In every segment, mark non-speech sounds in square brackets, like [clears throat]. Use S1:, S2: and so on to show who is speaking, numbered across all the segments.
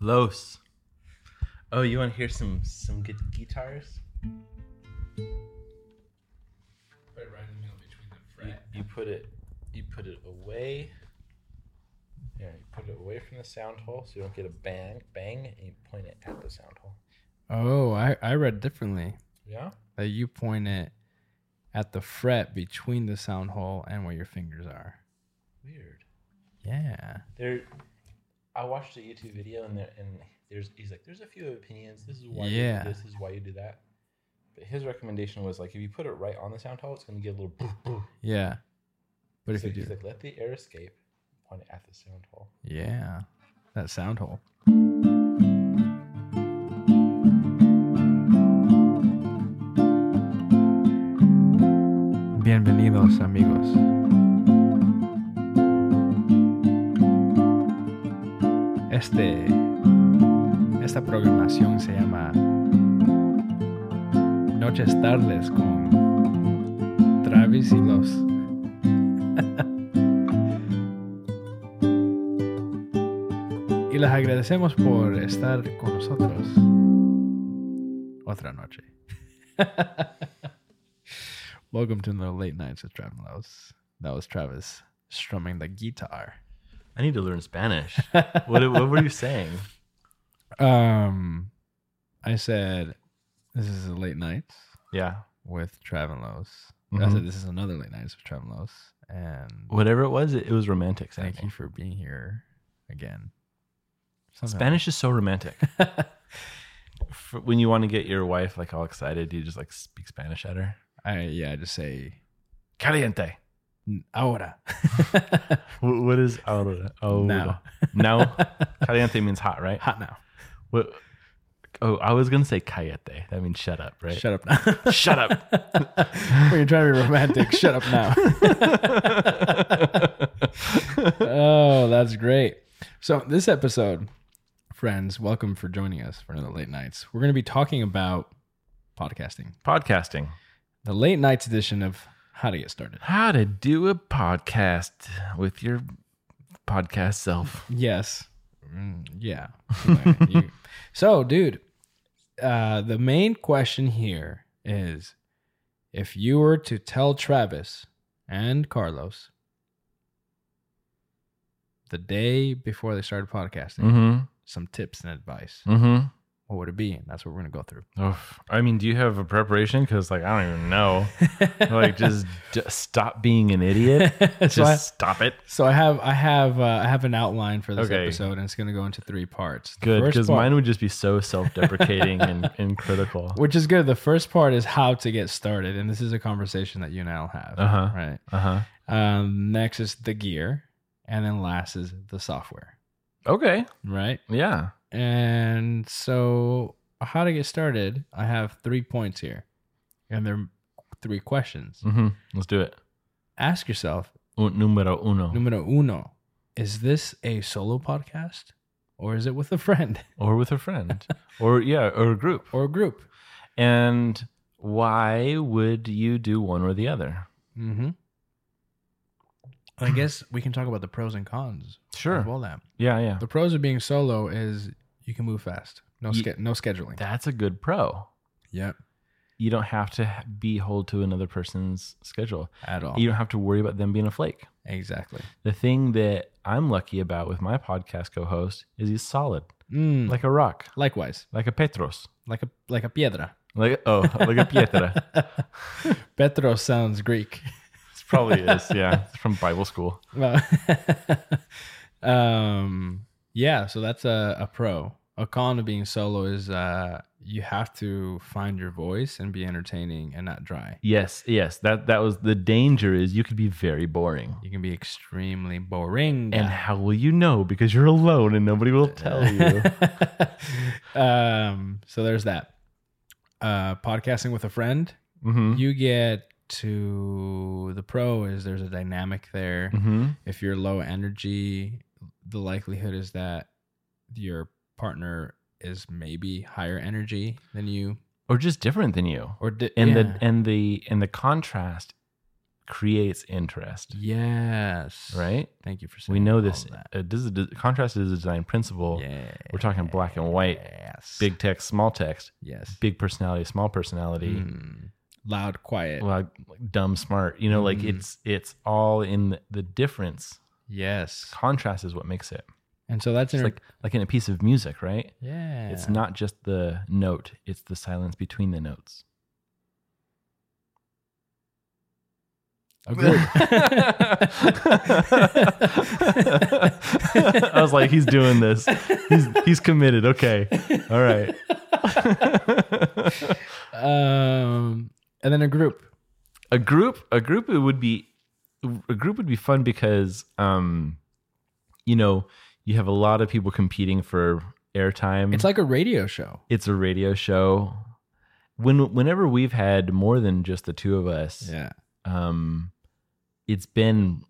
S1: Los. Oh, you want to hear some some good guitars?
S2: Put it right in the middle between the
S1: You,
S2: fret.
S1: you put it you put it away. Yeah, you put it away from the sound hole so you don't get a bang bang and you point it at the sound hole.
S3: Oh, I, I read differently.
S1: Yeah?
S3: That you point it at the fret between the sound hole and where your fingers are.
S1: Weird.
S3: Yeah.
S1: There I watched a YouTube video and there and there's he's like, There's a few opinions, this is why
S3: Yeah.
S1: you do this, this is why you do that. But his recommendation was like if you put it right on the sound hole, it's gonna give a little [laughs] boof boof.
S3: Yeah. But
S1: He's
S3: if you
S1: like,
S3: do,
S1: he's like, let the air escape, point it at the sound hole.
S3: yeah, that sound hole. Bienvenidos, amigos. Este, esta programación se llama Noches Tardes con Travis y los. y les agradecemos por estar con nosotros otra noche. [laughs] Welcome to the late nights with Travis. Laos. That was Travis strumming the guitar.
S1: I need to learn Spanish. what, what were you saying?
S3: Um, I said this is a late night
S1: [laughs] Yeah.
S3: with Travis. Laos. I said this is another late nights with Travis. Laos. And
S1: Whatever it was, it, it was romantic.
S3: thank you
S1: sounding.
S3: for being here again. Something like
S1: Spanish is so
S3: [laughs]
S1: romantic. For when you want to get your wife like all excited, you just like speak Spanish at her.
S3: I yeah, I just say
S1: Caliente.
S3: ahora. [laughs]
S1: Wh- What is ahora? Oh,
S3: Now.
S1: now. Caliente means hot, right?
S3: Hot now.
S1: What? Oh, I was gonna say callete. That means shut up, right?
S3: Shut up
S1: [laughs]
S3: now.
S1: Shut up.
S3: when you're trying to be romantic, shut up now. oh, that's great. So, this episode, friends, welcome for joining us for another late nights. We're going to be talking about podcasting,
S1: [laughs] Podcasting.
S3: the late nights edition of How to Get Started.
S1: How to do a podcast with your podcast self.
S3: Yes. Mm, yeah. You- [laughs] so, dude, uh, the main question here is if you were to tell Travis and Carlos the day before they started podcasting
S1: Mm-hmm.
S3: some tips and advice,
S1: Mm-hmm.
S3: what would it be? And that's what we're going to go through.
S1: Oh, I mean, do you have a preparation? Because like I don't even know. [laughs] like just, just stop being an [laughs] idiot.
S3: [laughs] so, I,
S1: Just stop it.
S3: so I have I have uh, I have an outline for this
S1: Okay.
S3: episode, and it's going to go into three parts. The
S1: Good,
S3: first
S1: because
S3: part-
S1: mine would just be so self-deprecating [laughs] and, and critical.
S3: which is good. The first part is how to get started, and this is a conversation that you and I'll have.
S1: Uh-huh.
S3: Right.
S1: Uh huh.
S3: Um, next is the gear, and then last is the software.
S1: Okay.
S3: Right.
S1: Yeah.
S3: And so, how to get started? I have three points here, and they're three questions.
S1: Mm-hmm. Let's do it.
S3: Ask yourself,
S1: Un, numero uno.
S3: numero uno, is this a solo podcast, or is it with a friend [laughs]
S1: or with a friend, [laughs] or yeah, or a group.
S3: or a group?
S1: And why would you do one or the other?
S3: Mm-hmm.
S1: [clears throat]
S3: I guess we can talk about the pros and cons.
S1: Sure.
S3: Of all that.
S1: Yeah, yeah.
S3: The pros of being solo is you can move fast. No
S1: Ye-
S3: ske- no scheduling.
S1: That's a good pro.
S3: yep.
S1: You don't have to ha- be hold to another person's schedule.
S3: At all.
S1: You don't have to worry about them being a flake.
S3: exactly.
S1: The thing that I'm lucky about with my podcast co-host is he's solid,
S3: Mm,
S1: like a rock,
S3: likewise,
S1: like a Petros,
S3: like a like a piedra. [laughs]
S1: like oh, [laughs] like a Pietra.
S3: Petros sounds Greek.
S1: It probably is. Yeah, it's from Bible school.
S3: Well, [laughs] um, yeah. So that's a, a pro. A con of being solo is uh, you have to find your voice and be entertaining and not dry.
S1: Yes, yes. That that was the danger. Is you could be very boring.
S3: You can be extremely boring.
S1: And how will you know? Because you're alone and nobody will tell [laughs] you.
S3: [laughs] um, so there's that. Uh, podcasting with a friend,
S1: mm-hmm.
S3: you get to the pro is there's a dynamic there.
S1: Mm-hmm.
S3: If you're low energy, the likelihood is that your partner is maybe higher energy than you,
S1: Or just different than you.
S3: or di-
S1: And
S3: yeah.
S1: the and the and the contrast creates interest,
S3: Yes.
S1: right?
S3: Thank you for saying
S1: We know
S3: all
S1: this.
S3: that.
S1: Uh, this is de- contrast is a design principle.
S3: Yeah.
S1: We're talking black and white,
S3: Yes.
S1: big text, small text,
S3: Yes.
S1: big personality, small personality,
S3: Mm. Loud, quiet.
S1: loud, dumb, smart. You know, like
S3: Mhm.
S1: it's it's all in the, the difference.
S3: yes.
S1: Contrast is what makes it.
S3: And so that's
S1: It's
S3: inter-
S1: like like in a piece of music, right?
S3: yeah.
S1: It's not just the note; it's the silence between the notes. [laughs]
S3: Agreed.
S1: [laughs] I was like, he's doing this. He's he's committed. Okay. All right.
S3: um, and then a group.
S1: Mm-hmm. a group a group it would be a group would be fun because um you know, you have a lot of people competing for airtime.
S3: It's like a radio show.
S1: it's a radio show. When whenever we've had more than just the two of us,
S3: Yeah.
S1: um it's been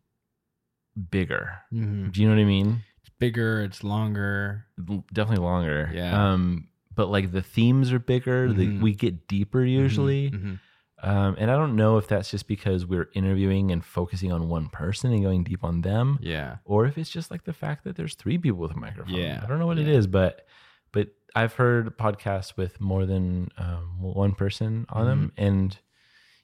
S1: bigger.
S3: Mhm.
S1: Do you know what I mean?
S3: It's bigger. It's longer.
S1: L- definitely longer.
S3: Yeah.
S1: Um, but like the themes are bigger.
S3: Mhm.
S1: The, we get deeper Mm-hmm. usually.
S3: Mhm.
S1: Um, and I don't know if that's just because we're interviewing and focusing on one person and going deep on them,
S3: Yeah.
S1: or if it's just like the fact that there's three people with a microphone.
S3: Yeah.
S1: I don't know what it
S3: Yeah.
S1: is, but but I've heard podcasts with more than um, one person on them,
S3: Mm-hmm.
S1: and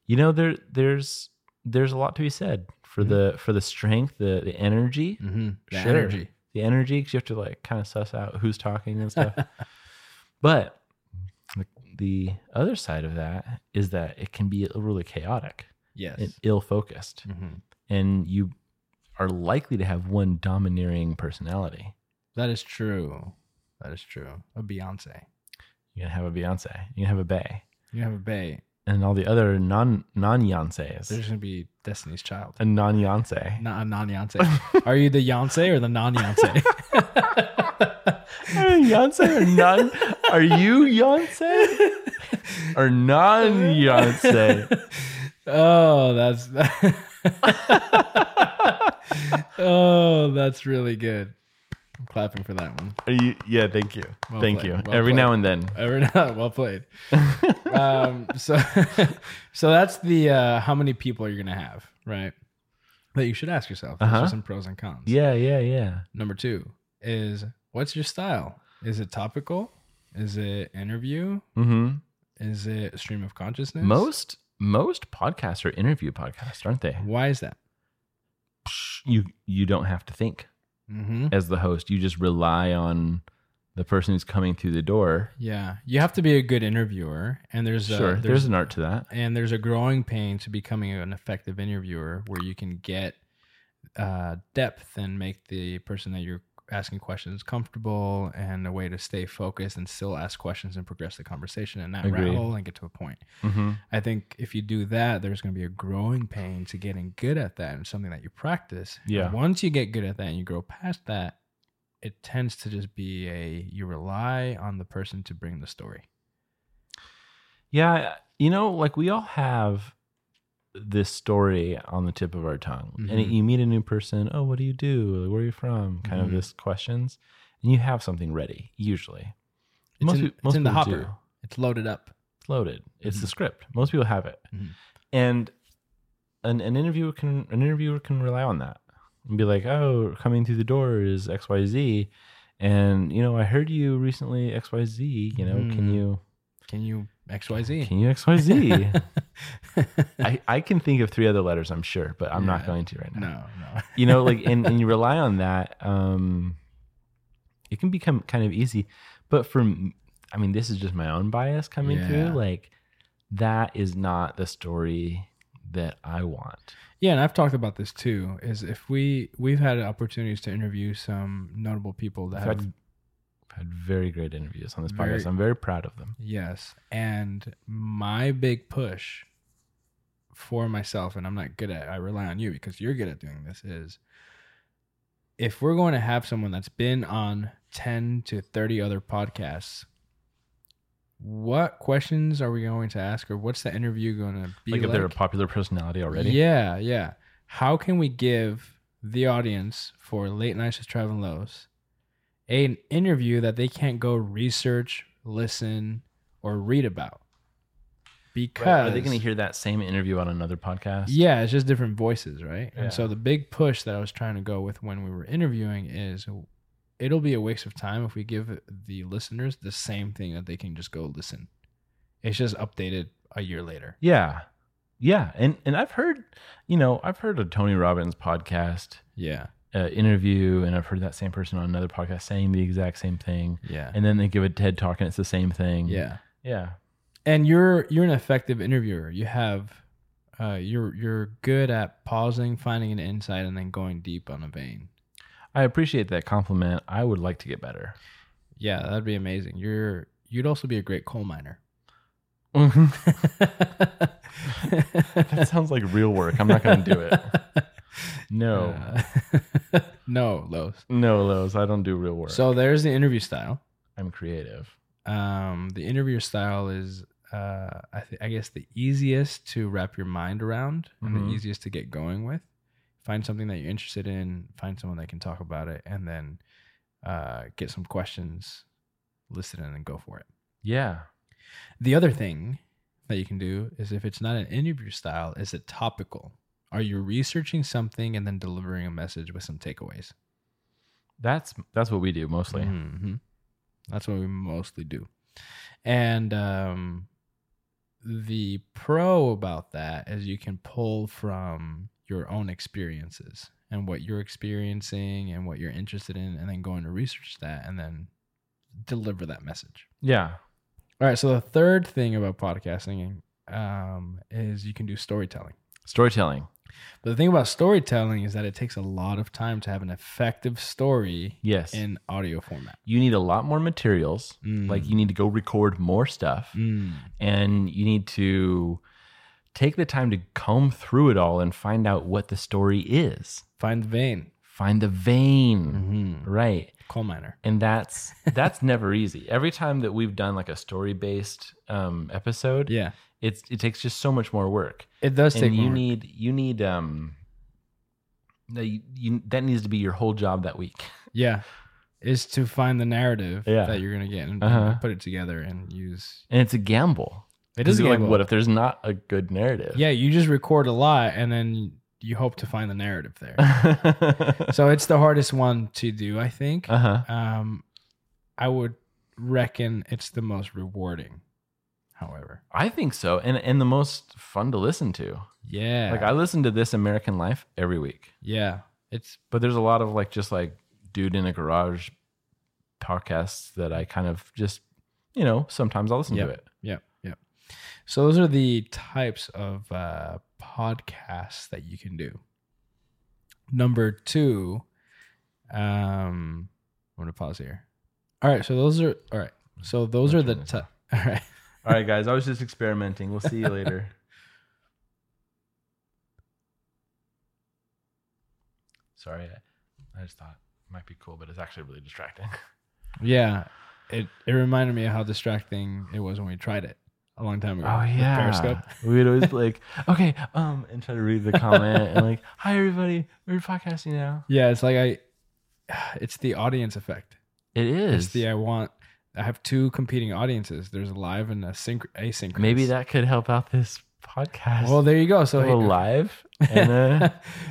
S1: you know there there's there's a lot to be said for the for the strength, the the energy
S3: Mm-hmm. The
S1: Sure.
S3: energy.
S1: the energy because you have to like kind of suss out who's talking and
S3: [laughs]
S1: stuff. but the, the other side of that is that it can be really chaotic
S3: Yes.
S1: and ill focused,
S3: Mhm.
S1: and you are likely to have one domineering personality.
S3: That is true. That is true. A Beyonce.
S1: You're gonna have a Beyonce, you're gonna have a Bay,
S3: You have a Bay.
S1: and all the other non non Yonces
S3: There's gonna be Destiny's Child.
S1: and non
S3: [laughs]
S1: [laughs] Yonce.
S3: Not a non Yonsei. Are you the Yonsei or the non Yonsei?
S1: Yonsei or non? Are you Yonsei or non
S3: [laughs]
S1: [laughs] Yonsei?
S3: oh, that's oh, that's really good. I'm clapping for that one.
S1: Are you, yeah, thank you,
S3: Well
S1: thank
S3: played,
S1: you.
S3: well
S1: Every
S3: played.
S1: now and then,
S3: Every now, [laughs] well played. Um, so, [laughs] so that's the uh, how many people are you gonna have, right? That you should ask yourself. There's
S1: Uh-huh.
S3: just some pros and cons.
S1: [laughs] yeah, yeah, yeah.
S3: Number two is what's your style? Is it topical? Is it interview?
S1: Mm-hmm.
S3: Is it stream of consciousness?
S1: Most most podcasts are interview podcasts, aren't they?
S3: Why is that?
S1: You you don't have to think
S3: Mm-hmm.
S1: as the host. You just rely on the person who's coming through the door.
S3: Yeah, you have to be a good interviewer, and there's a,
S1: sure, there's,
S3: there's,
S1: an art to that.
S3: and there's a growing pain to becoming an effective interviewer, where you can get uh, depth and make the person that you're asking questions comfortable, and a way to stay focused and still ask questions and progress the conversation and not
S1: Agreed.
S3: rattle and get to a point.
S1: Mm-hmm.
S3: I think if you do that, there's going to be a growing pain to getting good at that and something that you practice. And
S1: Yeah.
S3: once you get good at that and you grow past that, it tends to just be a you rely on the person to bring the story.
S1: Yeah, you know, like we all have this story on the tip of our tongue,
S3: Mhm.
S1: and you meet a new person. Oh, what do you do? Where are you from? Kind
S3: Mhm.
S1: of this questions, and you have something ready usually.
S3: It's in-
S1: peop-
S3: it's in the
S1: people
S3: hopper. It's loaded up.
S1: It's loaded. It's the
S3: Mhm.
S1: script. Most people have it,
S3: Mhm.
S1: and an an interviewer can an interviewer can rely on that and be like, "Oh, coming through the door is X Y Z, and you know, I heard you recently X Y Z. You know, can
S3: Mhm.
S1: you
S3: Can you XYZ?
S1: can you X Y Z?
S3: [laughs]
S1: I I can think of three other letters, I'm sure, but I'm not
S3: Yeah.
S1: going to right now.
S3: no, no.
S1: You know, like and
S3: [laughs]
S1: and you rely on that. Um, it can become kind of easy, but for m- I mean, this is just my own bias coming
S3: Yeah.
S1: through. Like that is not the story that I want.
S3: Yeah, and I've talked about this too. Is if we we've had opportunities to interview some notable people that
S1: I've
S3: have
S1: had, I've had very great interviews on this
S3: Very-
S1: podcast. I'm very proud of them.
S3: Yes. And my big push for myself, and I'm not good at I rely on you because you're good at doing this, is if we're going to have someone that's been on 10 to 30 other podcasts, what questions are we going to ask or what's the interview going to be
S1: Like
S3: like?
S1: if they're a popular personality already.
S3: Yeah, yeah. How can we give the audience for Late Nights with Traveling Lows an interview that they can't go research, listen, or read about? because
S1: Are they going to hear that same interview on another podcast?
S3: Yeah, it's just different voices, right?
S4: Yeah.
S3: And so the big push that I was trying to go with when we were interviewing is it'll be a waste of time if we give the listeners the same thing that they can just go listen. It's just updated a year later.
S1: Yeah. Yeah. And and I've heard, you know, I've heard a Tony Robbins podcast
S3: Yeah.
S1: uh, interview and I've heard that same person on another podcast saying the exact same thing.
S3: Yeah.
S1: And then they give a TED talk and it's the same thing.
S3: Yeah.
S1: Yeah.
S3: And you're you're an effective interviewer. You have uh you're you're good at pausing, finding an insight and then going deep on a vein.
S1: I appreciate that compliment. I would like to get better. [laughs]
S3: Yeah, that'd be amazing. You're you'd also be a great coal miner.
S1: that sounds like real work. [laughs] I'm not going to do
S3: [laughs]
S1: it. No.
S3: Uh, [laughs] no, Los.
S1: No, Lowe's. I don't do real work.
S3: So there's the interview style.
S1: I'm creative.
S3: Um, the interview style is, uh, I, th- I guess, the easiest to wrap your mind around and
S1: Mhm.
S3: the easiest to get going with. Find something that you're interested in, find someone that can talk about it, and then uh, get some questions listed and then go for it.
S1: Yeah.
S3: The other thing that you can do is if it's not an interview style, is it topical? Are you researching something and then delivering a message with some takeaways?
S1: That's that's what we do mostly.
S3: Mhm. That's what we mostly do. And um, the pro about that is you can pull from your own experiences and what you're experiencing and what you're interested in, and then go into research that and then deliver that message.
S1: Yeah.
S3: All right. So the third thing about podcasting um, is you can do storytelling.
S1: Storytelling.
S3: But the thing about storytelling is that it takes a lot of time to have an effective story
S1: Yes.
S3: in audio format.
S1: you need a lot more materials. Like you need to go record more stuff
S3: Mm.
S1: and you need to take the time to comb through it all and find out what the story is.
S3: Find the vein.
S1: Find the vein.
S3: Mm-hmm.
S1: Right.
S3: Coal miner.
S1: and that's that's never easy every time that we've done like a story based um episode
S3: Yeah.
S1: it's it takes just so much more work
S3: It does take
S1: and you
S3: more.
S1: need you need um that you, you that needs to be your whole job that week
S3: yeah. Is to find the narrative
S1: Yeah.
S3: that you're gonna get and
S1: Uh-huh.
S3: put it together and use.
S1: and it's a gamble
S3: It is
S1: Because
S3: a
S1: you're
S3: gamble.
S1: like what if there's not a good narrative [laughs]
S3: Yeah, [laughs] you just record a lot and then you hope to find the narrative
S1: [laughs]
S3: there. so it's the hardest one to do, I think.
S1: uh-huh
S3: Um, I would reckon it's the most rewarding. However,
S1: i think so and and the most fun to listen to
S3: yeah,
S1: like i listen to this american life every week
S3: yeah, it's
S1: but there's a lot of like just like dude in a garage podcasts that I kind of just you know sometimes I'll listen to it.
S3: Yep, yep. So those are the types of uh, podcasts that you can do. Number two, um, I'm gonna pause here. All right, so those are all right. So those
S1: I'll
S3: are the
S1: turn this
S3: t- [laughs] all right.
S1: All right, guys, I was just experimenting. We'll
S3: [laughs]
S1: see you later. Sorry, I- I just thought it might be cool, but it's actually really distracting.
S3: Yeah, it it reminded me of how distracting it was when we tried it a long time ago.
S1: Oh
S3: with
S1: yeah,
S3: Periscope.
S1: We'd always be like, [laughs] okay, um, and try to read the comment and like, [laughs] hi everybody, we're podcasting now.
S3: Yeah, it's like I, [sighs] it's the audience effect.
S1: It is.
S3: It's the I want. I have two competing audiences. There's a live and a synch- asynchronous.
S1: Maybe that could help out this podcast.
S3: Well, there you go. So
S1: Little
S3: hey, [laughs]
S1: live and uh,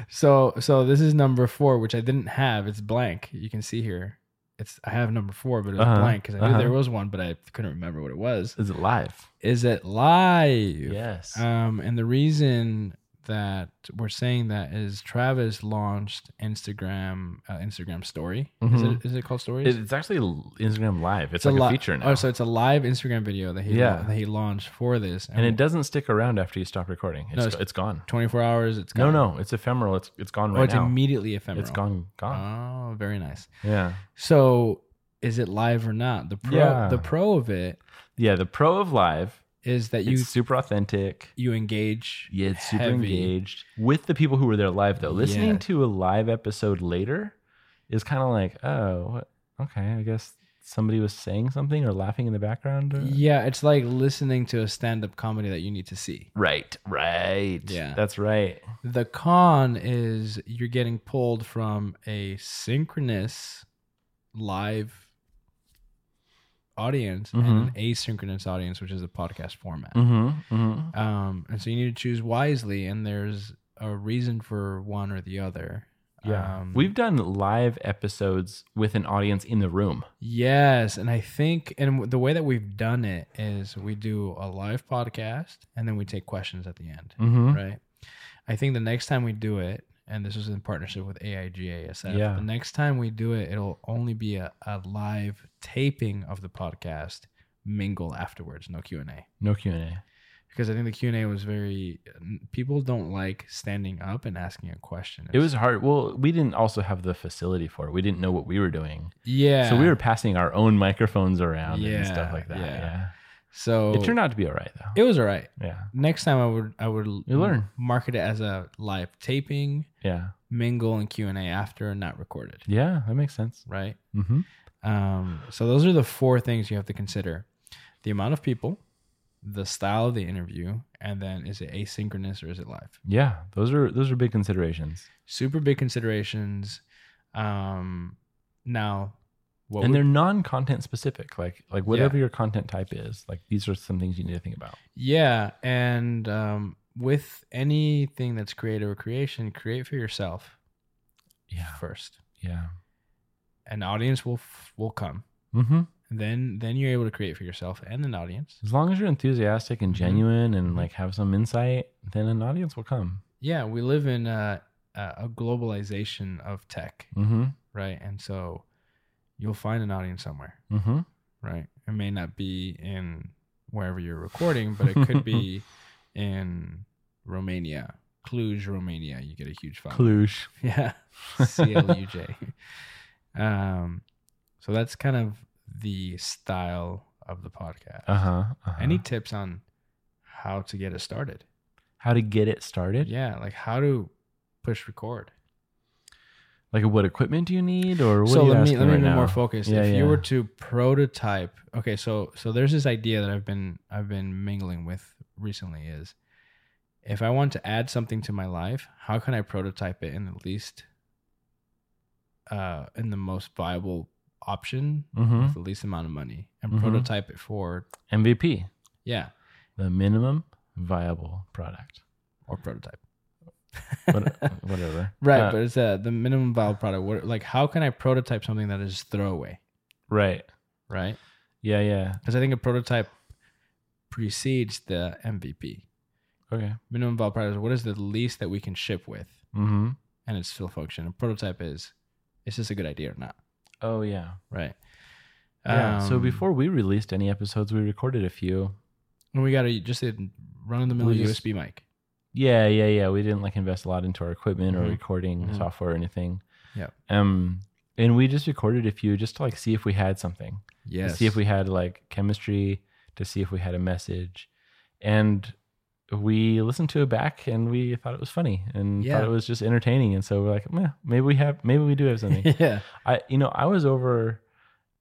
S3: so so this is number four, which I didn't have. It's blank. You can see here. It's I have number four, but it was
S1: Uh-huh,
S3: blank because I knew
S1: uh-huh.
S3: there was one, but I couldn't remember what it was.
S1: is it live?
S3: Is it live?
S1: Yes.
S3: Um, and the reason that we're saying that is Travis launched Instagram uh, Instagram Story. Is
S1: Mhm.
S3: it is it called Stories?
S1: It- it's actually l- Instagram Live. It's,
S3: a
S1: like a,
S3: li-
S1: feature now,
S3: Oh, so it's a live Instagram video that he
S1: Yeah.
S3: that he launched for this,
S1: and it doesn't stick around after you stop recording. It's,
S3: um, it's-
S1: it's gone.
S3: 24 hours. It's
S1: No,
S3: gone.
S1: no, it's ephemeral. It's it's gone
S3: oh,
S1: right
S3: it's
S1: now.
S3: immediately ephemeral.
S1: It's gone, gone.
S3: Oh, very nice.
S1: yeah,
S3: So is it live or not? The pro
S1: Yeah.
S3: the pro of it
S1: yeah. The pro of live,
S3: is that you
S1: it's super authentic.
S3: you engage
S1: Yeah, it's super
S3: heavy.
S1: engaged with the people who were there live though. Listening
S3: Yeah.
S1: to a live episode later is kind of like, oh, what? okay, I guess somebody was saying something or laughing in the background. or-
S3: Yeah, it's like listening to a stand-up comedy that you need to see.
S1: Right, right.
S3: Yeah.
S1: that's right.
S3: The con is you're getting pulled from a synchronous live audience and an asynchronous audience, which is a podcast format.
S1: Mm-hmm. Mm-hmm.
S3: Um, and so you need to choose wisely, and there's a reason for one or the other.
S1: Yeah.
S3: Um,
S1: We've done live episodes with an audience in the room.
S3: Yes, and I think and the way that we've done it is we do a live podcast and then we take questions at the end,
S1: Mm-hmm.
S3: right? I think the next time we do it, and this was in partnership with AIGASF,
S1: Yeah.
S3: the next time we do it, it'll only be a, a live taping of the podcast, mingle afterwards, no Q and A,
S1: No Q and A.
S3: because I think the Q and A was very people don't like standing up and asking a question.
S1: It was hard. Well, we didn't also have the facility for it. We didn't know what we were doing,
S3: yeah,
S1: so we were passing our own microphones around and
S3: Yeah,
S1: stuff like that.
S3: yeah.
S1: Yeah.
S3: so
S1: It turned out to be all right though.
S3: it was alright.
S1: yeah.
S3: next time I would I would
S1: You learn.
S3: market it as a live taping,
S1: Yeah.
S3: mingle and Q and A after, and not recorded,
S1: Yeah. That makes sense.
S3: right?
S1: Mm-hmm.
S3: Um, so those are the four things you have to consider: the amount of people, the style of the interview, and then is it asynchronous or is it live?
S1: Yeah. Those are those are big considerations,
S3: Super big considerations. Um, now, what
S1: and
S3: would-
S1: they're non-content specific. Like like whatever
S3: Yeah.
S1: your content type is, like these are some things you need to think about.
S3: Yeah, and um, with anything that's creative or creation, create for yourself
S1: Yeah.
S3: first.
S1: Yeah.
S3: An audience will f- will come.
S1: Mm-hmm.
S3: then then you're able to create for yourself and an audience.
S1: As long as you're enthusiastic and
S3: Mhm.
S1: genuine and
S3: Mhm.
S1: like have some insight, then an audience will come.
S3: Yeah, we live in a, a a globalization of tech,
S1: Mm-hmm.
S3: right? And so you'll find an audience somewhere,
S1: Mm-hmm.
S3: right? It may not be in wherever you're recording, but it could be in Romania, Cluj, Romania. You get a huge following.
S1: Cluj.
S3: [laughs] Yeah. C L U J. Um, so that's kind of the style of the podcast.
S1: Uh huh. uh
S3: Any tips on how to get it started?
S1: how to get it started?
S3: Yeah, like how to push record.
S1: Like what equipment do you need, or what
S3: so
S1: are you
S3: let me
S1: asking
S3: let me
S1: right
S3: be
S1: now?
S3: more focused.
S1: Yeah,
S3: if you were
S1: yeah.
S3: to prototype, okay, so so there's this idea that I've been I've been mingling with recently is if I want to add something to my life, how can I prototype it in the least uh in the most viable option
S1: Mhm.
S3: with the least amount of money and
S1: Mhm.
S3: prototype it for
S1: MVP,
S3: yeah,
S1: the minimum viable product,
S3: or prototype. [laughs]
S1: what, whatever.
S3: Right,
S1: Uh,
S3: but it's uh, the minimum viable product. What, like, how can I prototype something that is throwaway?
S1: right.
S3: Right,
S1: Yeah. Yeah.
S3: because I think a prototype precedes the MVP.
S1: Okay.
S3: Minimum viable product is what is the least that we can ship with,
S1: Mm-hmm.
S3: and it's still function. A prototype is, is this a good idea or not?
S1: Oh yeah.
S3: Right.
S1: Yeah. so
S3: Um,
S1: before we released any episodes, we recorded a few.
S3: and we got a just a run of the mill
S1: We just-
S3: USB mic.
S1: Yeah, yeah, yeah. We didn't like invest a lot into our equipment
S3: Mhm.
S1: or recording
S3: Mhm.
S1: software or anything.
S3: Yeah.
S1: Um, and we just recorded a few just to like see if we had something, to
S3: Yes.
S1: see if we had like chemistry, to see if we had a message, and we listened to it back and we thought it was funny and
S3: Yeah.
S1: thought it was just entertaining. And so we're like, "Meh, maybe we have, maybe we do have something.
S3: [laughs] yeah.
S1: I you know I was over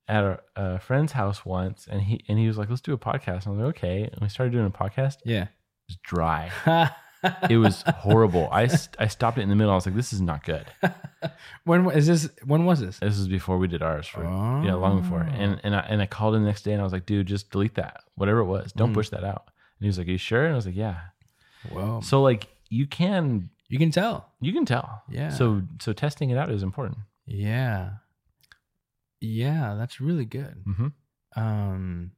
S1: at a, a friend's house once and he and he was like let's do a podcast and I was like okay and we started doing a podcast it
S3: Yeah.
S1: was dry [laughs] it was horrible I, st- I stopped it in the middle I was like this is not good
S3: [laughs] when wa- is this? When was this? Oh.
S1: this is before we did ours for yeah long before and and I, and I called him the next day and I was like dude just delete that whatever it was don't
S3: Mhm.
S1: push that out and he was like are you sure and I was like yeah
S3: Whoa.
S1: so like you can
S3: you can tell.
S1: you can tell
S3: Yeah.
S1: so so testing it out is important
S3: Yeah. Yeah, that's really good.
S1: mm-hmm.
S3: Um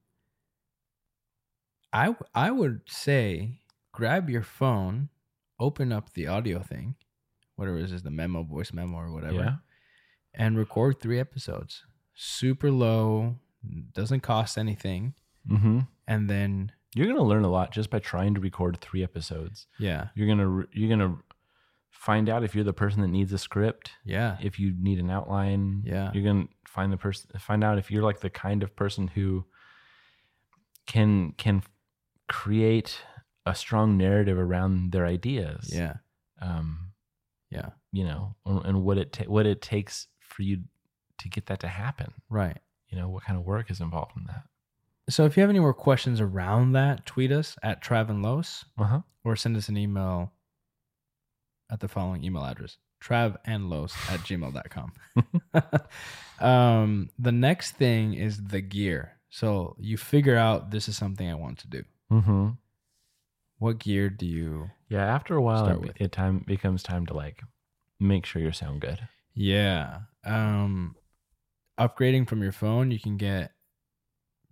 S3: I w- I would say grab your phone, open up the audio thing, whatever it is, is the memo, voice memo or whatever,
S1: yeah
S3: and record 3 episodes. Super low, doesn't cost anything,
S1: mm-hmm.
S3: and then
S1: you're gonna learn a lot just by trying to record three episodes
S3: yeah.
S1: you're gonna re- you're gonna find out if you're the person that needs a script
S3: Yeah.
S1: if you need an outline
S3: Yeah.
S1: you're gonna find the person find out if you're like the kind of person who can can create a strong narrative around their ideas
S3: Yeah.
S1: um
S3: Yeah.
S1: you know and, and what it ta- what it takes for you to get that to happen
S3: Right.
S1: you know what kind of work is involved in that
S3: So if you have any more questions around that, tweet us at Trav and Los.
S1: uh-huh
S3: or send us an email at the following email address travandlos at gmail.com. um, the next thing is the gear. So you figure out this is something I want to do.
S1: Mm-hmm.
S3: What gear do you?
S1: Yeah, after a while,
S3: Start
S1: it,
S3: with.
S1: it time becomes time to like make sure you sound good.
S3: Yeah. Um, upgrading from your phone, you can get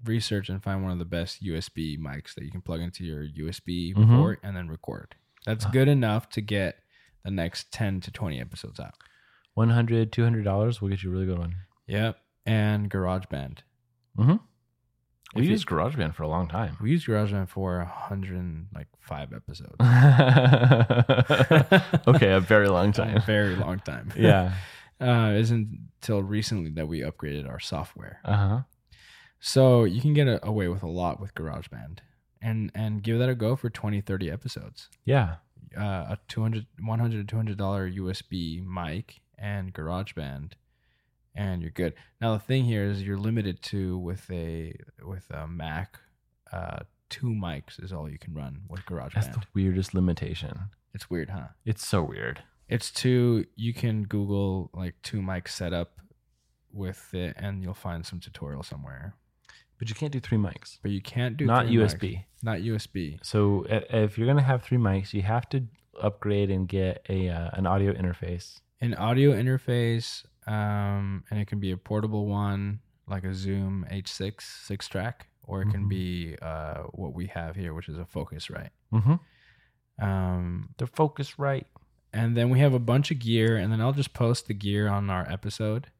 S3: research and find one of the best USB mics that you can plug into your USB
S1: Mhm.
S3: port and then record. That's
S1: Ah.
S3: good enough to get the next 10 to 20 episodes out.
S1: 100 $200 will get you a really good one.
S3: Yep. And GarageBand.
S1: Mm-hmm. We
S3: If you-
S1: used GarageBand for a long time.
S3: We used GarageBand for 105 episodes.
S1: [laughs] okay, a very long
S3: A
S1: time.
S3: very long time.
S1: [laughs] yeah.
S3: [laughs] Uh, it isn't until recently that we upgraded our software.
S1: Uh huh.
S3: So you can get a, away with a lot with GarageBand and and give that a go for 20, 30 episodes.
S1: Yeah.
S3: Uh, a 200, 100 to $200 USB mic and GarageBand and you're good. Now the thing here is you're limited to with a with a Mac uh, two mics is all you can run with
S1: That's
S3: GarageBand.
S1: the weirdest limitation.
S3: it's weird, huh?
S1: It's so weird.
S3: It's two. You can Google like two mic setup with it, and you'll find some tutorial somewhere.
S1: But you can't do three mics,
S3: But you can't do
S1: not
S3: three mics.
S1: USB.
S3: Not USB.
S1: So i- if you're gonna have three mics, you have to upgrade and get a uh, an audio interface.
S3: An audio interface, um, and it can be a portable one like a Zoom H6 six track, or it can
S1: Mhm.
S3: be uh, what we have here, which is a Focusrite.
S1: Mm-hmm.
S3: Um,
S1: The focus right.
S3: and then we have a bunch of gear, and then I'll just post the gear on our episode.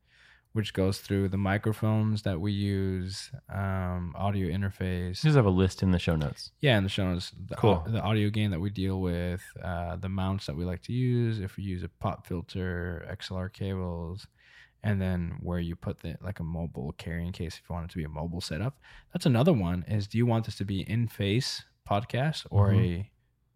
S3: Which goes through the microphones that we use, um, audio interface,
S1: Just have a list in the show notes.
S3: Yeah, in the show notes, the,
S1: Cool.
S3: the audio gain that we deal with, uh, the mounts that we like to use, if we use a pop filter, XLR cables, and then where you put the like a mobile carrying case if you want it to be a mobile setup. That's another one. Is do you want this to be in face podcast or a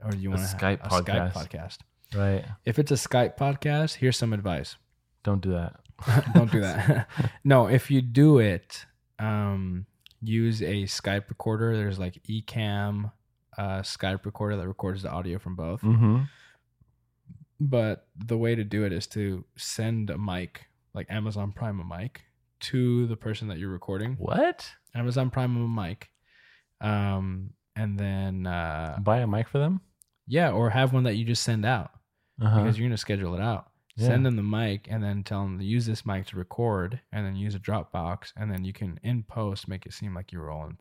S3: or do
S1: Mm-hmm. A
S3: you want
S1: Skype
S3: a Skype
S1: podcast.
S3: podcast?
S1: Right.
S3: If it's a Skype podcast, here's some advice.
S1: Don't do that.
S3: [laughs] Don't do that. no, if you do it, um, use a Skype recorder. There's like eCam, uh, Skype recorder that records the audio from both.
S1: mm-hmm.
S3: But the way to do it is to send a mic, like Amazon Prime a mic, to the person that you're recording.
S1: What?
S3: Amazon Prime a mic, um, and then uh,
S1: Buy a mic for them?
S3: yeah, or have one that you just send out
S1: Uh huh.
S3: because you're gonna schedule it out.
S1: Yeah.
S3: Send them the mic and then tell them to use this mic to record, and then use a Dropbox, and then you can in post make it seem like you were all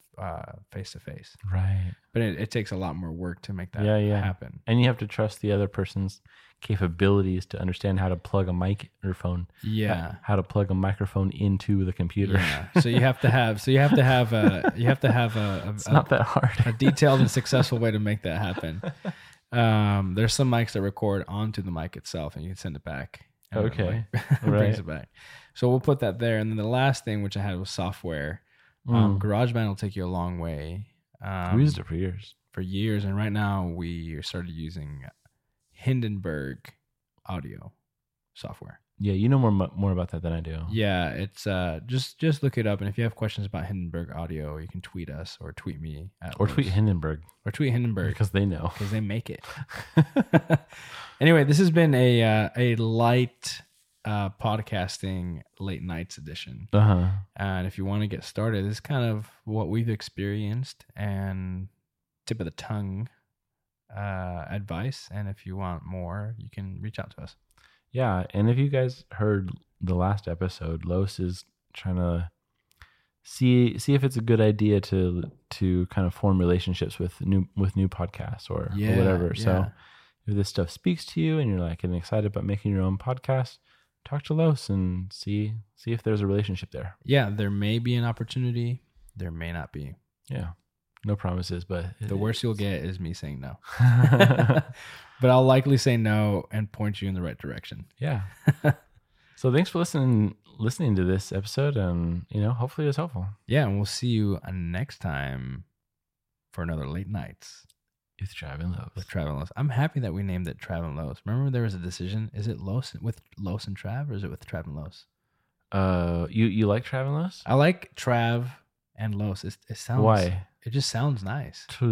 S3: face to face.
S1: Right.
S3: But it, it takes a lot more work to make that
S1: Yeah, yeah.
S3: happen.
S1: And you have to trust the other person's capabilities to understand how to plug a mic or phone.
S3: Yeah.
S1: How to plug a microphone into the computer.
S3: yeah. So you have to have. So you have to have a. You have to have a.
S1: [laughs] It's
S3: a,
S1: not
S3: a,
S1: that
S3: [laughs]
S1: hard.
S3: a detailed and successful way to make that happen. Um, there's some mics that record onto the mic itself, and you can send it back. and then the
S1: Okay.
S3: mic [laughs]
S1: Right.
S3: brings it back. So we'll put that there, and then the last thing which I had was software. Um,
S1: Mm.
S3: GarageBand will take you a long way. Um,
S1: we used it for years.
S3: for years, and right now we started using Hindenburg audio software.
S1: Yeah, you know more mu- more about that than I do.
S3: Yeah, it's uh, just just look it up, and if you have questions about Hindenburg audio, you can tweet us or tweet me at
S1: Or tweet
S3: Lewis.
S1: Hindenburg
S3: or tweet Hindenburg [laughs]
S1: because they know.
S3: because they make it. [laughs] anyway, this has been a uh, a light uh, podcasting late nights edition.
S1: Uh huh.
S3: And if you want to get started, this is kind of what we've experienced and tip of the tongue uh, advice. And if you want more, you can reach out to us.
S1: Yeah, and if you guys heard the last episode, Los is trying to see see if it's a good idea to to kind of form relationships with new with new podcasts or, or
S3: Yeah,
S1: whatever. So
S3: yeah.
S1: if this stuff speaks to you and you're like getting excited about making your own podcast, talk to Los and see see if there's a relationship there.
S3: Yeah, there may be an opportunity. There may not be.
S1: Yeah. No promises, but
S3: The worst
S1: [laughs]
S3: you'll get is me saying [laughs] no.
S1: yeah.
S3: but I'll likely say no and point you in the right direction.
S1: so thanks for listening listening to this episode and you know, hopefully it was helpful.
S3: Yeah, and we'll see you uh, next time for another late nights
S1: It's driving Los.
S3: with Trav and Los. I'm happy that we named it Trav and Los. Remember there was a decision. Is it Los with Los and Trav or is it with Trav and Los?
S1: Uh, you you like Travelers?
S3: I like Trav and Los. It, it sounds
S1: Why?
S3: It just sounds nice.
S1: Tra-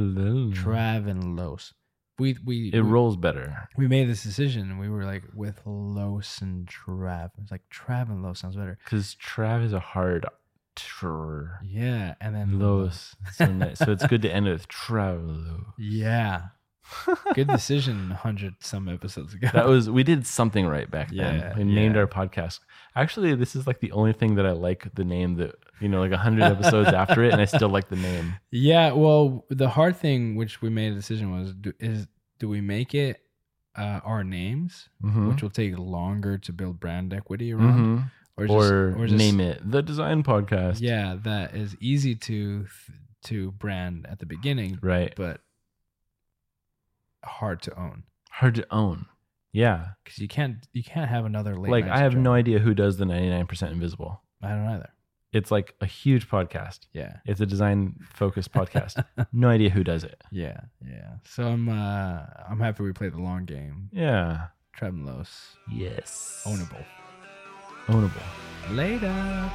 S3: Trav and Los. We we
S1: it
S3: we,
S1: rolls better.
S3: we made this decision and we were like with Los and Trav. It's like Trav and Los sounds better.
S1: Because Trav is a hard Tr-
S3: Yeah, and then
S1: Los. So, nice. so it's good to end with Traulo.
S3: Yeah. Good decision 100 some episodes ago.
S1: That was we did something right back then.
S3: Yeah,
S1: we named
S3: yeah.
S1: our podcast. Actually, this is like the only thing that I like the name that you know, like hundred episodes after it, and I still like the
S3: [laughs]
S1: name.
S3: Yeah, well, the hard thing which we made a decision was do, is do we make it uh, our names,
S1: Mhm.
S3: which will take longer to build brand equity around,
S1: Mhm.
S3: Mm-hmm. or
S1: Or, name it the Design Podcast.
S3: Yeah, that is easy to to brand at the beginning,
S1: right.
S3: but hard to own
S1: Hard to own. Yeah,
S3: because you can't you can't have another late
S1: like
S3: night
S1: I have
S3: job.
S1: no idea who does the ninety nine percent invisible.
S3: I don't either.
S1: It's like a huge podcast.
S3: Yeah,
S1: It's a design focused
S3: [laughs]
S1: podcast. no idea who does it.
S3: yeah, yeah. So I'm uh I'm happy we played the long game.
S1: Yeah.
S3: Tremlos,
S1: Yes.
S3: ownable.
S1: Ownable.
S3: Later.